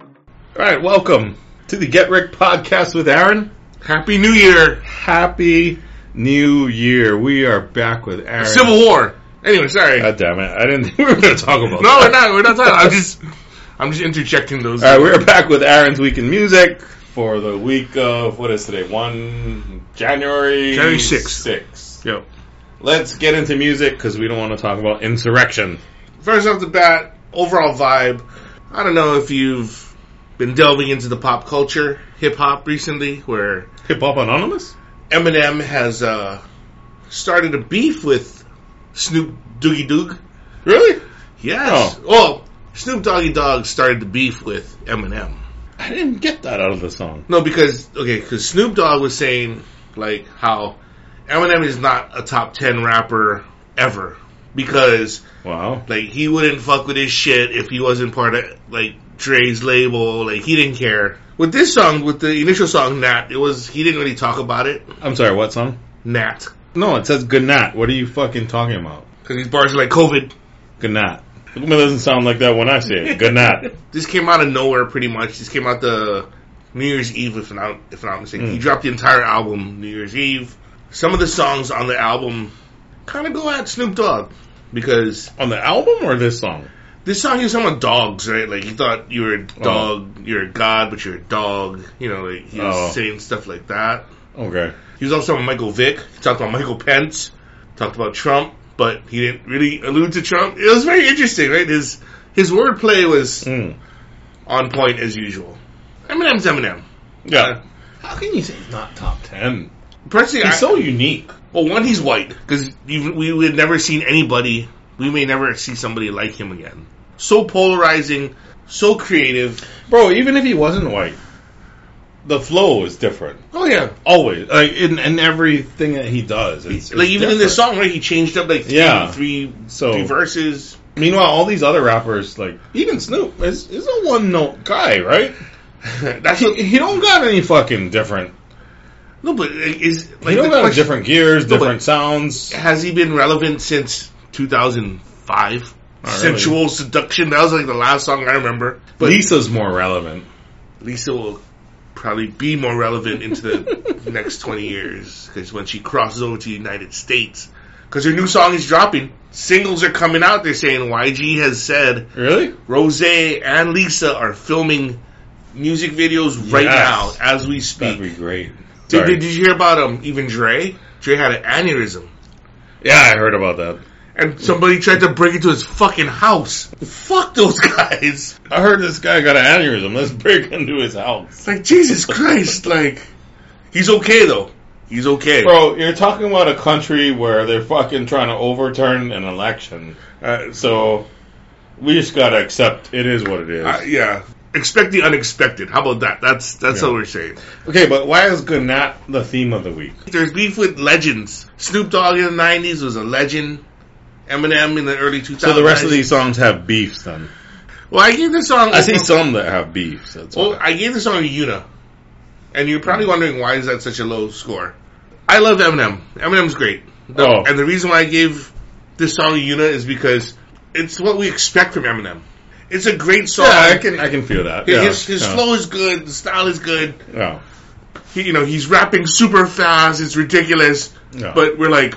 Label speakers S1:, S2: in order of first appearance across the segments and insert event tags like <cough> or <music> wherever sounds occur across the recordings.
S1: All right, welcome to the Get Rick podcast with Aaron.
S2: Happy New Year.
S1: Happy New Year. We are back with Aaron.
S2: Civil War. Anyway, sorry.
S1: God damn it. I didn't think we were going to talk
S2: no,
S1: about
S2: we're
S1: that.
S2: not. We're not talking. I'm just, I'm just interjecting those.
S1: All right, we're back with Aaron's Week in Music for the week of, what is today? 1 January
S2: January 6th.
S1: 6th.
S2: Yo.
S1: Let's get into music because we don't want to talk about insurrection.
S2: First off the bat, overall vibe. I don't know if you've been delving into the pop culture, hip hop recently, where
S1: Hip Hop Anonymous?
S2: Eminem has uh, started a beef with Snoop Doogie Doog.
S1: Really?
S2: Yes.
S1: Oh.
S2: Well, Snoop Doggy Dog started the beef with Eminem.
S1: I didn't get that out of the song.
S2: No, because okay, because Snoop Dogg was saying like how Eminem is not a top ten rapper ever because
S1: Wow.
S2: like he wouldn't fuck with his shit if he wasn't part of like Dre's label. Like he didn't care. With this song, with the initial song Nat, it was he didn't really talk about it.
S1: I'm sorry, what song?
S2: Nat,
S1: No, it says good night. What are you fucking talking about?
S2: because these bars are like COVID.
S1: Good night. It doesn't sound like that when I say
S2: <laughs>
S1: it. Good night.
S2: This came out of nowhere, pretty much. This came out the New Year's Eve, if not if not mistaken. He dropped the entire album New Year's Eve. Some of the songs on the album kind of go at Snoop Dogg because
S1: On the album or this song?
S2: this song he was talking about dogs, right? Like he thought you were a dog, you're a god, but you're a dog. You know, like he was
S1: Oh.
S2: saying stuff like that.
S1: Okay.
S2: He was also on Michael Vick. He talked about Michael Pence. Talked about Trump, but he didn't really allude to Trump. It was very interesting, right? His his wordplay was
S1: Mm.
S2: on point as usual. Eminem's Eminem. Uh,
S1: Yeah. How can you say he's not top ten?
S2: Personally,
S1: He's
S2: I,
S1: so unique.
S2: well, one, he's white because we we had never seen anybody. We may never see somebody like him again. So polarizing, so creative.
S1: Bro, even if he wasn't white, the flow is different.
S2: Oh yeah,
S1: Always. Like in, in everything that he does. It's,
S2: like
S1: it's
S2: even in this
S1: different.
S2: song, right? He changed up like three,
S1: Yeah.
S2: three,
S1: So-
S2: three verses. <laughs>
S1: Meanwhile, all these other rappers, like even Snoop, is, is a one note guy, right?
S2: That's what,
S1: He, he don't got any fucking different.
S2: no, but like, is like
S1: He
S2: the
S1: don't got
S2: question-
S1: different gears,
S2: No, but-
S1: different sounds.
S2: has he been relevant since 2005?
S1: Not really.
S2: Sensual Seduction. That was like the last song I remember. But
S1: Lisa's more relevant.
S2: Lisa will probably be more relevant
S1: <laughs>
S2: into the next 20 years because when she crosses over to the United States, because her new song is dropping, singles are coming out. They're saying YG has said
S1: Really?
S2: Rose and Lisa are filming music videos right
S1: Yes.
S2: now as we
S1: That'd
S2: speak.
S1: be great.
S2: Did,
S1: Sorry.
S2: did you hear about um even Dre? Dre had an aneurysm.
S1: Yeah, I heard about that.
S2: and somebody tried to break into his fucking house. Fuck those <laughs> guys.
S1: I heard this guy got an aneurysm. Let's break into his house.
S2: It's like Jesus Christ, like he's okay though. He's okay.
S1: Bro, you're talking about a country where they're fucking trying to overturn an election.
S2: Uh, so
S1: So we just gotta accept it is what it is.
S2: uh, yeah. Expect the unexpected. How about that? That's that's what we're saying.
S1: okay, but why is good not the theme of the week?
S2: There's beef with legends. Snoop Dogg in the '90s was a legend. Eminem in the early 2000s.
S1: So the rest of these songs have beefs then.
S2: Well, I gave this song.
S1: I see some that have beefs. That's
S2: Well,
S1: all.
S2: I gave this song a Yuna, and you're probably wondering why is that such a low score. I love Eminem. Eminem's great.
S1: Oh.
S2: And the reason why I gave this song a Yuna is because it's what we expect from Eminem. It's a great song.
S1: yeah, I can I can feel that. Yeah,
S2: his his
S1: yeah,
S2: flow is good. The style is good.
S1: yeah,
S2: He, you know, he's rapping super fast. It's ridiculous.
S1: yeah.
S2: But we're like,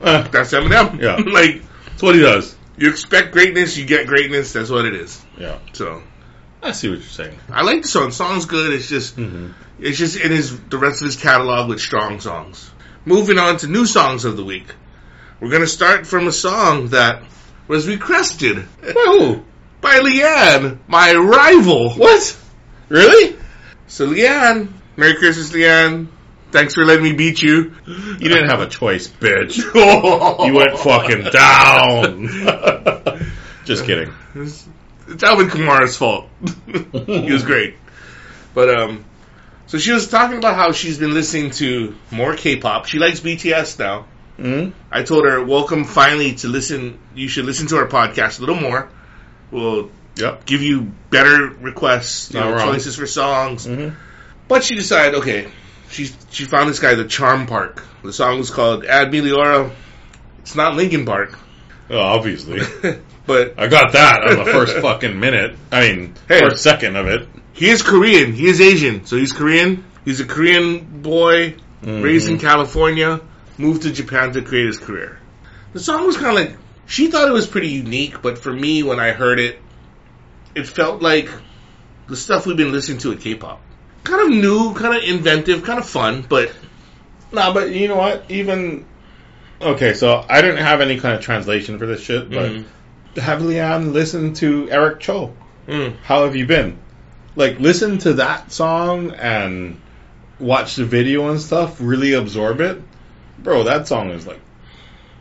S1: Eh,
S2: that's Eminem.
S1: Yeah.
S2: <laughs> like
S1: that's what he does.
S2: you expect greatness, you get greatness. That's what it is.
S1: Yeah,
S2: So
S1: I see what you're saying.
S2: I like the song. The song's good. It's just
S1: Hmm. Mm-hmm.
S2: it's just in his the rest of his catalog with strong songs. Moving on to new songs of the week. We're gonna start from a song that was requested
S1: <laughs> By who?
S2: by Leanne, my rival.
S1: What? Really?
S2: So Leanne, Merry Christmas, Leanne. Thanks for letting me beat you.
S1: You didn't have a choice, bitch.
S2: you
S1: You went fucking <laughs> down. Just kidding.
S2: It's it's Alvin Kamara's fault. <laughs> he was great. But um so she was talking about how she's been listening to more K-pop. She likes BTS now.
S1: Mm?
S2: I told her, "Welcome finally to listen. You should listen to our podcast a little more. We'll
S1: Yep.
S2: give you better requests, you
S1: Not
S2: know,
S1: wrong.
S2: choices for songs."
S1: Mhm.
S2: But she decided, okay, she she found this guy, the Charm Park. The song was called "Ad Meliora." It's not Linkin Park, <laughs>
S1: Well, obviously.
S2: but
S1: <laughs> I got that on the first fucking minute. I mean,
S2: Hey.
S1: first second of it.
S2: He is Korean. He is Asian, so he's Korean. He's a Korean boy
S1: Mm-hmm.
S2: raised in California, moved to Japan to create his career. The song was kind of like she thought it was pretty unique, but for me, when I heard it, it felt like the stuff we've been listening to at K-pop. Kind of new, kind of inventive, kind of fun, but
S1: Nah, but you know what? Even okay, so I didn't have any kind of translation for this shit, but
S2: Mhm.
S1: have Leon listen to Eric Cho.
S2: mm,
S1: How have you been? Like, listen to that song and watch the video and stuff. Really absorb it, bro. That song is like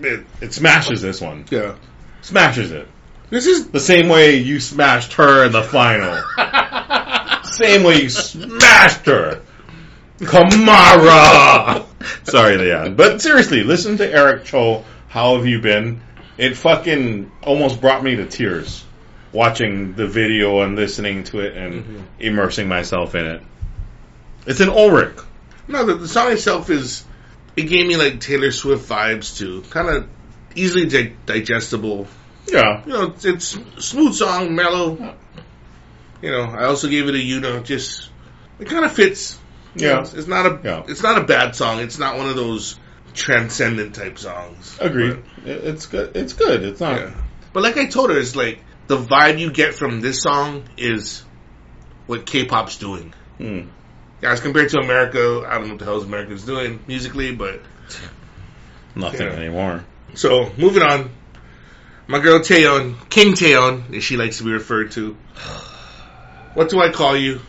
S2: it-
S1: it smashes this one.
S2: yeah.
S1: Smashes it.
S2: This is
S1: The same way you smashed her in the final. same way you smashed her. Kamara! Sorry, Leon. But seriously, listen to Eric Cho. How have you been? It fucking almost brought me to tears watching the video and listening to it and immersing myself in it. It's an Ulrich.
S2: No, the, the song itself is. It gave me like Taylor Swift vibes too. Kind of easily di- digestible.
S1: Yeah.
S2: You know, it's, it's a smooth song, mellow. You know, I also gave it a you know, just it kind of fits. You know,
S1: Yeah.
S2: it's not a
S1: Yeah.
S2: it's not a bad song. It's not one of those transcendent type songs.
S1: Agreed. It- It's good. It's good. It's
S2: But,
S1: not.
S2: yeah. But like I told her, it's like the vibe you get from this song is what K-pop's doing.
S1: Mm.
S2: As compared to America, I don't know what the hell's America's doing musically, but
S1: Nothing
S2: Yeah.
S1: anymore.
S2: So moving on, my girl Taeyeon, King Taeyeon, as she likes to be referred to. What do I call you?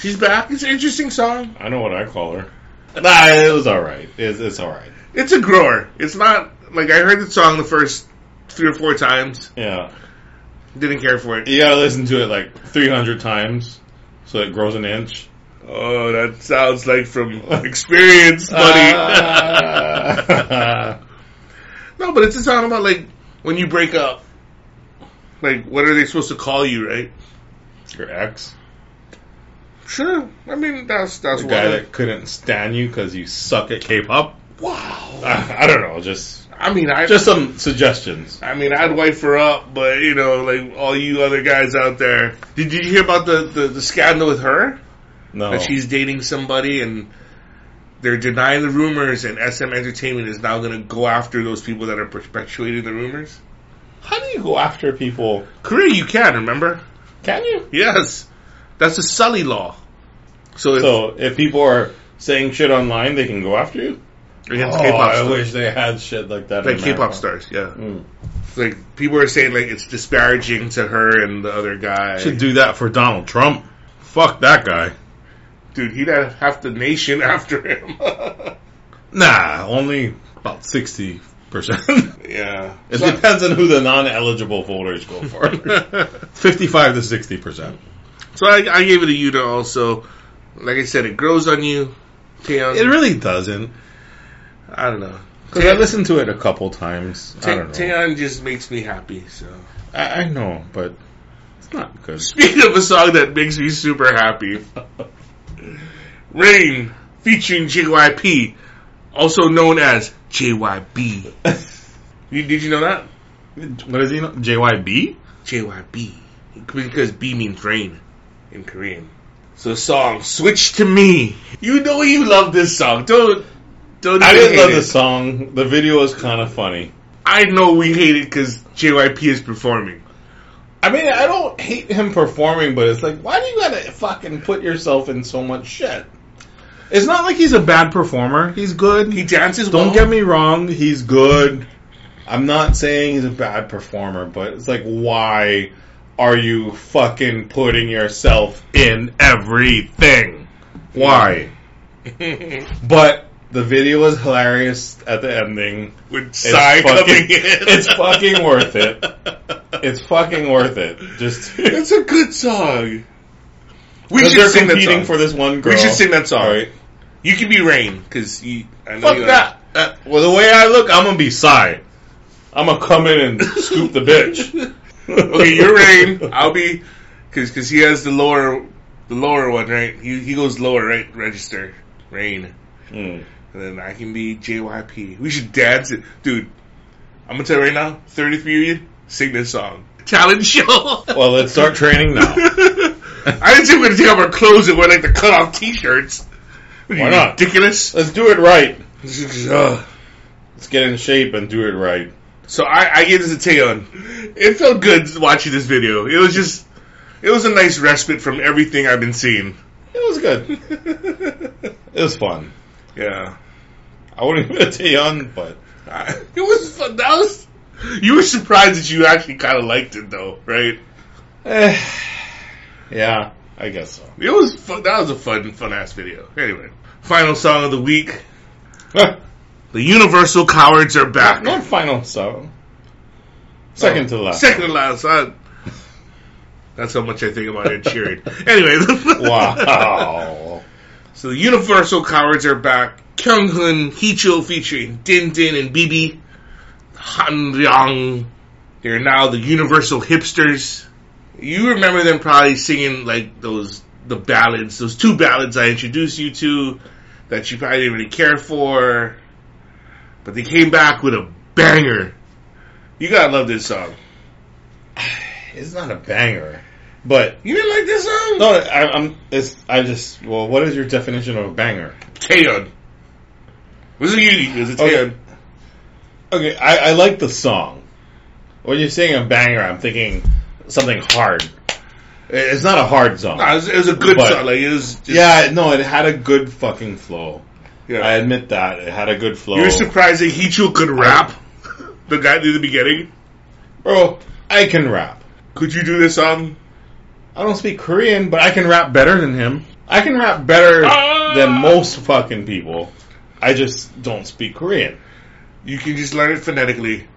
S2: She's back. It's an interesting song.
S1: I know what I call her. Nah, it was alright. It's, it's alright.
S2: It's a grower. It's not like I heard the song the first three or four times.
S1: Yeah.
S2: Didn't care for it.
S1: You gotta listen to it like 300 times so it grows an inch.
S2: Oh, that sounds like from experience, buddy. <laughs> Uh.
S1: <laughs> Ah.
S2: no, but it's a song about like when you break up. Like, what are they supposed to call you, right?
S1: Your ex?
S2: Sure. I mean, that's that's
S1: The
S2: why.
S1: guy that couldn't stand you because you suck at K pop?
S2: wow.
S1: I, I don't know, just
S2: I mean, I
S1: just some suggestions.
S2: I mean, I'd wife her up, but you know, like all you other guys out there, did, did you hear about the, the, the scandal with her?
S1: No.
S2: That she's dating somebody and they're denying the rumors, and SM Entertainment is now going to go after those people that are perpetuating the rumors.
S1: How do you go after people?
S2: Korea, you can remember?
S1: Can you?
S2: Yes, that's a Sully law. So, it's
S1: So if people are saying shit online, they can go after you?
S2: against
S1: Oh,
S2: K-pop
S1: I
S2: stars,
S1: wish they had shit like that.
S2: like
S1: in
S2: K-pop
S1: America.
S2: stars, yeah.
S1: Mm.
S2: Like people are saying, like it's disparaging to her and the other guy.
S1: Should do that for Donald Trump. Fuck that guy.
S2: Dude, he'd have half the nation <laughs> after him. <laughs>
S1: Nah, only about 60%.
S2: yeah.
S1: <laughs> It
S2: So-
S1: depends on who the non-eligible voters go for. Fifty-five to sixty percent.
S2: So I, I gave it a Yuta also. Like I said, it grows on you. Taeyeon,
S1: It really doesn't.
S2: I don't know.
S1: Because I listened to it a couple times. I don't know.
S2: Taeyeon just makes me happy. So <laughs>
S1: I, I know, but it's not good. <laughs>
S2: speaking of a song that makes me super happy, Rain featuring JYP, also known as JYB. You, did you know that
S1: What is he? know- JYB?
S2: JYB because B means rain in Korean. So the song "Switch to Me." You know you love this song. Don't don't.
S1: I
S2: even
S1: didn't
S2: hate
S1: love
S2: it.
S1: the song. The video is kind of funny.
S2: I know we hate it because JYP is performing.
S1: I mean, I don't hate him performing, but it's like, why do you gotta fucking put yourself in so much shit? It's not like he's a bad performer. He's good.
S2: He dances.
S1: Don't
S2: well.
S1: get me wrong, he's good. I'm not saying he's a bad performer, but it's like, why are you fucking putting yourself in everything? Why? But the video is hilarious at the ending.
S2: <laughs> with
S1: It's
S2: sigh
S1: fucking-
S2: coming in.
S1: it's fucking worth it. It's fucking worth it. Just <laughs>
S2: It's a good song. We
S1: because
S2: should
S1: they're
S2: sing that
S1: competing
S2: song.
S1: for this one girl.
S2: we should sing that song.
S1: All right.
S2: You can be Rain because you. I know
S1: Fuck
S2: you
S1: that. Uh, well, the way I look, I'm gonna be side. I'm gonna come in and
S2: <laughs>
S1: scoop the bitch.
S2: okay,
S1: <laughs>
S2: you're Rain. I'll be because because he has the lower the lower one right. He he goes lower right register Rain.
S1: Mm.
S2: And then I can be JYP. We should dance it. Dude, I'm going to tell you right now, 30th period, sing this song. Talent show. <laughs>
S1: <laughs> Well, let's start training now.
S2: I didn't say we're gonna take off our clothes and wear like the cut off t shirts.
S1: Why not? <laughs>
S2: Ridiculous.
S1: Let's do it right.
S2: Ugh.
S1: Let's get in shape and do it right.
S2: So I, I gave this a ten. It felt good watching this video. It was just, it was a nice respite from everything I've been seeing.
S1: It was good. it was fun.
S2: Yeah,
S1: I wouldn't <laughs> give it a Taeyeon, but
S2: I, <laughs> it was fun. That was. You were surprised that you actually kind of liked it though, right?
S1: eh, yeah, I guess so. <laughs>
S2: It was fun. That was a fun, fun ass video. Anyway, final song of the week. The Universal Cowards are back.
S1: Not final song. Second to last.
S2: Oh. Second to last. I, that's how much I think about it cheering. anyway. <laughs>
S1: Wow. <laughs>
S2: So the Universal Cowards are back. Kyung Hun, Heechul featuring Din Din and BB. Han Ryong. They're now the Universal Hipsters. You remember them probably singing like those, the ballads, those two ballads I introduced you to that you probably didn't really care for. But they came back with a banger. You gotta love this song.
S1: it's not a banger, but
S2: You didn't like this song?
S1: no, I, I'm. It's I just. Well, what is your definition of a banger?
S2: Taeyeon. This is you. This is
S1: Okay.
S2: Taeyeon.
S1: Okay, I, I like the song. When you're saying a banger, I'm thinking something hard. It- It's not a hard song.
S2: Nah, it, was, it was a good
S1: But-
S2: song. Like it was. Just,
S1: yeah, no, it had a good fucking flow.
S2: yeah.
S1: I admit that it had a good flow.
S2: You're surprised that Hichu could rap? The guy in the beginning?
S1: Bro, I can rap.
S2: Could you do this um, song?
S1: I don't speak Korean, but I can rap better than him. I can rap better
S2: Ah!
S1: than most fucking people. I just don't speak Korean.
S2: You can just learn it phonetically.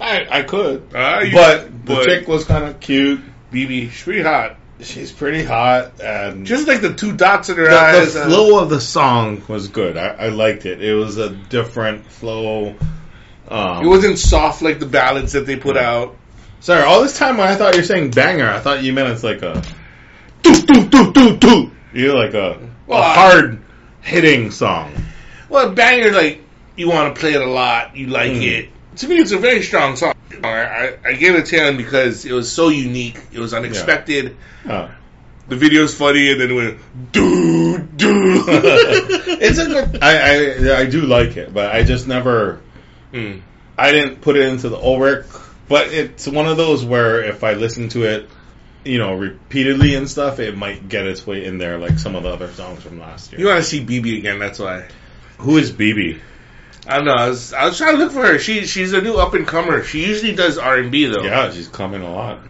S1: I I could,
S2: Ah, you-
S1: but the
S2: but-
S1: chick was kind of cute.
S2: BB, she's pretty hot.
S1: She's pretty hot, and
S2: Just like the two dots in her
S1: the,
S2: eyes.
S1: the
S2: uh,
S1: flow of the song was good. I, I liked it. It was a different flow. Um,
S2: it wasn't soft like the ballads that they put out.
S1: sorry, all this time when I thought you were saying banger, I thought you meant it's like a doo doo doo doo doo. You're like a,
S2: Well,
S1: a
S2: I-
S1: hard hitting song.
S2: Well, banger, like, you want to play it a lot. You like
S1: Mm.
S2: it. To me, it's a very strong song. I, I, I gave it a 10 because it was so unique. It was unexpected.
S1: Huh.
S2: The video's funny, and then it went, doo,
S1: <laughs>
S2: <laughs> doo.
S1: it's a good. I, I I do like it, but I just never.
S2: Mm.
S1: I didn't put it into the Ulrich, but it's one of those where if I listen to it, you know, repeatedly and stuff, it might get its way in there like some of the other songs from last year.
S2: You want to see BB again, that's why.
S1: Who is BB?
S2: I don't know. I was, I was trying to look for her. She she's a new up and comer. She usually does R and B though.
S1: Yeah, she's coming a lot.
S2: <laughs>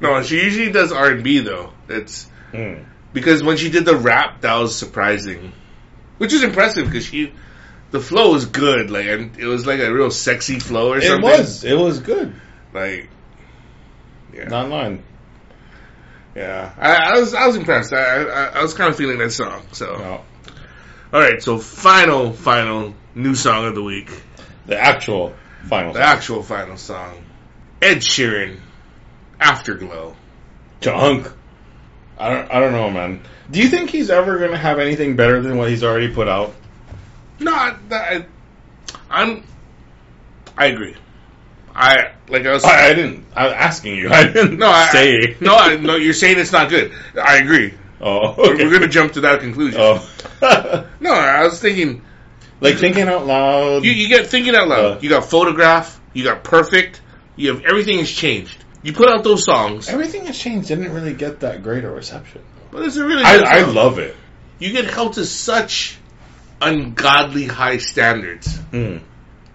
S2: No, she usually does R and B though. It's
S1: Mm.
S2: because when she did the rap, that was surprising, which is impressive because she the flow was good. Like and it was like a real sexy flow or
S1: It
S2: something.
S1: was. It was good.
S2: like yeah,
S1: Not lying.
S2: yeah. I, I was I was impressed. I I, I was kind of feeling that song. So
S1: No.
S2: all right, so final final new song of the week,
S1: The actual final
S2: the
S1: song.
S2: actual final song, Ed Sheeran, Afterglow.
S1: junk. I don't. I don't know, man. Do you think he's ever gonna have anything better than what he's already put out?
S2: No, I, I, I'm. I agree. I like I was.
S1: I, I didn't. I'm asking you. <laughs> I didn't
S2: no, I,
S1: say.
S2: no, I, no. You're saying it's not good. I agree.
S1: <laughs> Oh,
S2: We're,
S1: okay.
S2: we're gonna jump to that conclusion.
S1: Oh.
S2: No, I was thinking.
S1: <laughs> like thinking out loud.
S2: You, you get thinking out loud.
S1: Uh.
S2: you got photograph. You got perfect. You have everything has changed. You put out those songs,
S1: Everything has changed. Didn't really get that great a reception.
S2: but it's a really.
S1: I,
S2: good
S1: I
S2: song.
S1: love it.
S2: You get held to such ungodly high standards.
S1: Hmm.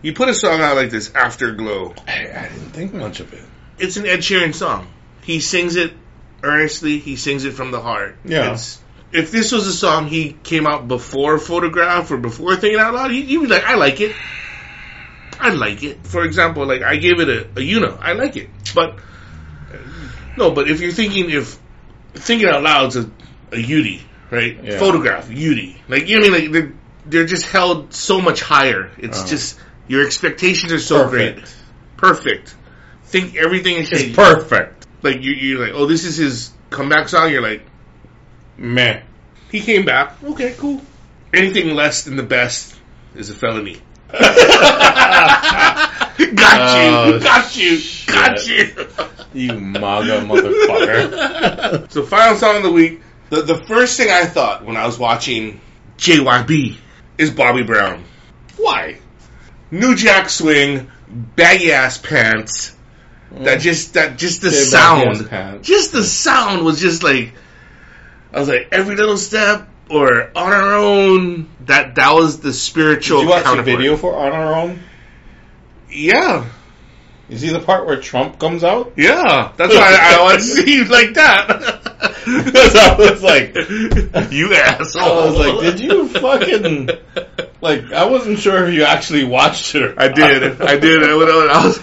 S2: You put a song out like this, Afterglow.
S1: I, I didn't think much <laughs> of it.
S2: it's an Ed Sheeran song. He sings it earnestly. He sings it from the heart.
S1: Yeah.
S2: It's, if this was a song he came out before Photograph or before Thinking Out Loud, he, he'd be like, I like it. I like it. For example, like I gave it a, a Uno. I like it. But no, but if you're thinking if Thinking Out Loud's a, a UD, right?
S1: Yeah.
S2: Photograph, UD. Like you know what I mean like they're, they're just held so much higher. It's
S1: Uh-huh.
S2: just your expectations are so great
S1: Perfect.
S2: perfect. Think everything is
S1: It's
S2: changed.
S1: perfect.
S2: like you, you're like, oh, this is his comeback song. You're like,
S1: Meh.
S2: he came back. Okay, cool. Anything less than the best is a felony. <laughs> got you,
S1: Oh,
S2: got you, got
S1: shit.
S2: you.
S1: You MAGA motherfucker. <laughs>
S2: so final song of the week. The, the first thing I thought when I was watching JYB is Bobby Brown. Why? New Jack Swing, baggy ass pants. That just that just the
S1: Baggy ass
S2: sound,
S1: pants.
S2: just the sound was just like I was like every little step or on our own. That that was the spiritual.
S1: Did you watch the
S2: counterpart.
S1: video for On Our Own?
S2: Yeah,
S1: You see the part where Trump comes out?
S2: yeah.
S1: <laughs>
S2: That's why I, I want to see you like that.
S1: So <laughs> I was like-
S2: you asshole.
S1: I was like, did
S2: <laughs>
S1: you <laughs> fucking like? I wasn't sure if you actually watched it. Or
S2: I did. I did. I went out. I <laughs> was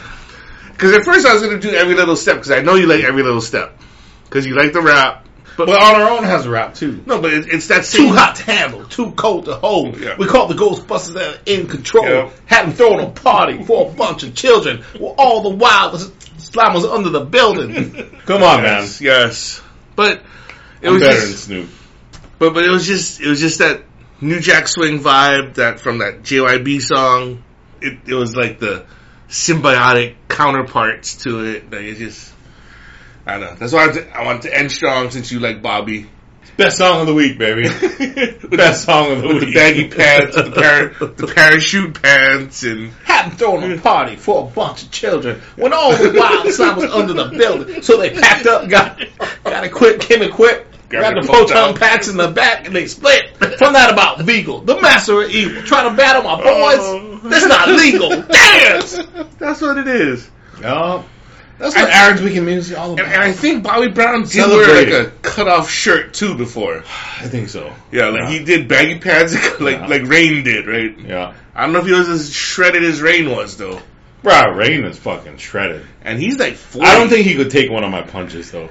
S2: because at first I was gonna do every little step because I know you like every little step because you like the rap. But,
S1: But On Our Own has a rap too.
S2: no, but it, it's that
S3: Too
S2: same.
S3: hot to handle, too cold to hold.
S2: Yeah.
S3: We caught the Ghostbusters that are in control.
S2: Yeah.
S3: Had them thrown a party for a bunch of children. Well, all the while the slime was under the
S2: <laughs>
S3: building.
S1: <laughs> Come on,
S2: Yes,
S1: man.
S2: yes. But it
S1: I'm
S2: was
S1: better
S2: just,
S1: than Snoop.
S2: but but it was just it was just that New Jack Swing vibe that from that JYB song. It it was like the symbiotic counterparts to it. Like it just. I don't know. That's why I, I want to end strong since you like Bobby.
S1: Best song of the week,
S3: <laughs>
S1: baby. Best song of the
S2: with
S1: week. <laughs>
S2: the baggy pants, <laughs> with the, par- the parachute pants, and
S3: Had them thrown a party for a bunch of children. When all the while the slime was under the building. So they packed up, got got equipped, came equipped. Grabbed the proton packs in the back and they split. From that about legal. The master of evil. Try to battle my boys.
S2: Oh.
S3: That's not
S1: <laughs>
S2: <laughs>
S3: legal. Dance!
S2: that's what it is.
S1: Yeah.
S2: That's what
S1: That's what
S2: Aaron.
S1: Aaron's Weekend Music is all
S2: And,
S1: about.
S2: and I think Bobby Brown did wear like
S1: Celebrate
S2: a cut-off shirt too before.
S1: I think so.
S2: Yeah, like he did baggy pants, <laughs> like
S1: Yeah.
S2: like Rain did, right?
S1: Yeah.
S2: I don't know if he was as shredded as Rain was though.
S1: Bruh, Rain is fucking shredded.
S2: And he's like forty.
S1: I don't think he could take one of my punches though.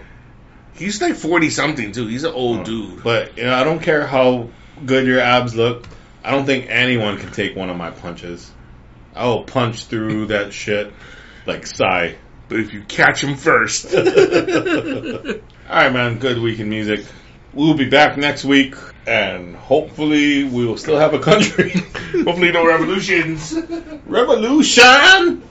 S2: he's like forty something too. He's an old dude.
S1: But you know, I don't care how good your abs look. I don't think anyone can take one of my punches. I will punch through that shit like sigh. <laughs>
S2: But if you catch him <laughs> first,
S1: All right, man. Good week in music. We'll be back next week, and hopefully, we will still have a country <laughs>
S2: <laughs> hopefully no revolutions.
S1: revolution.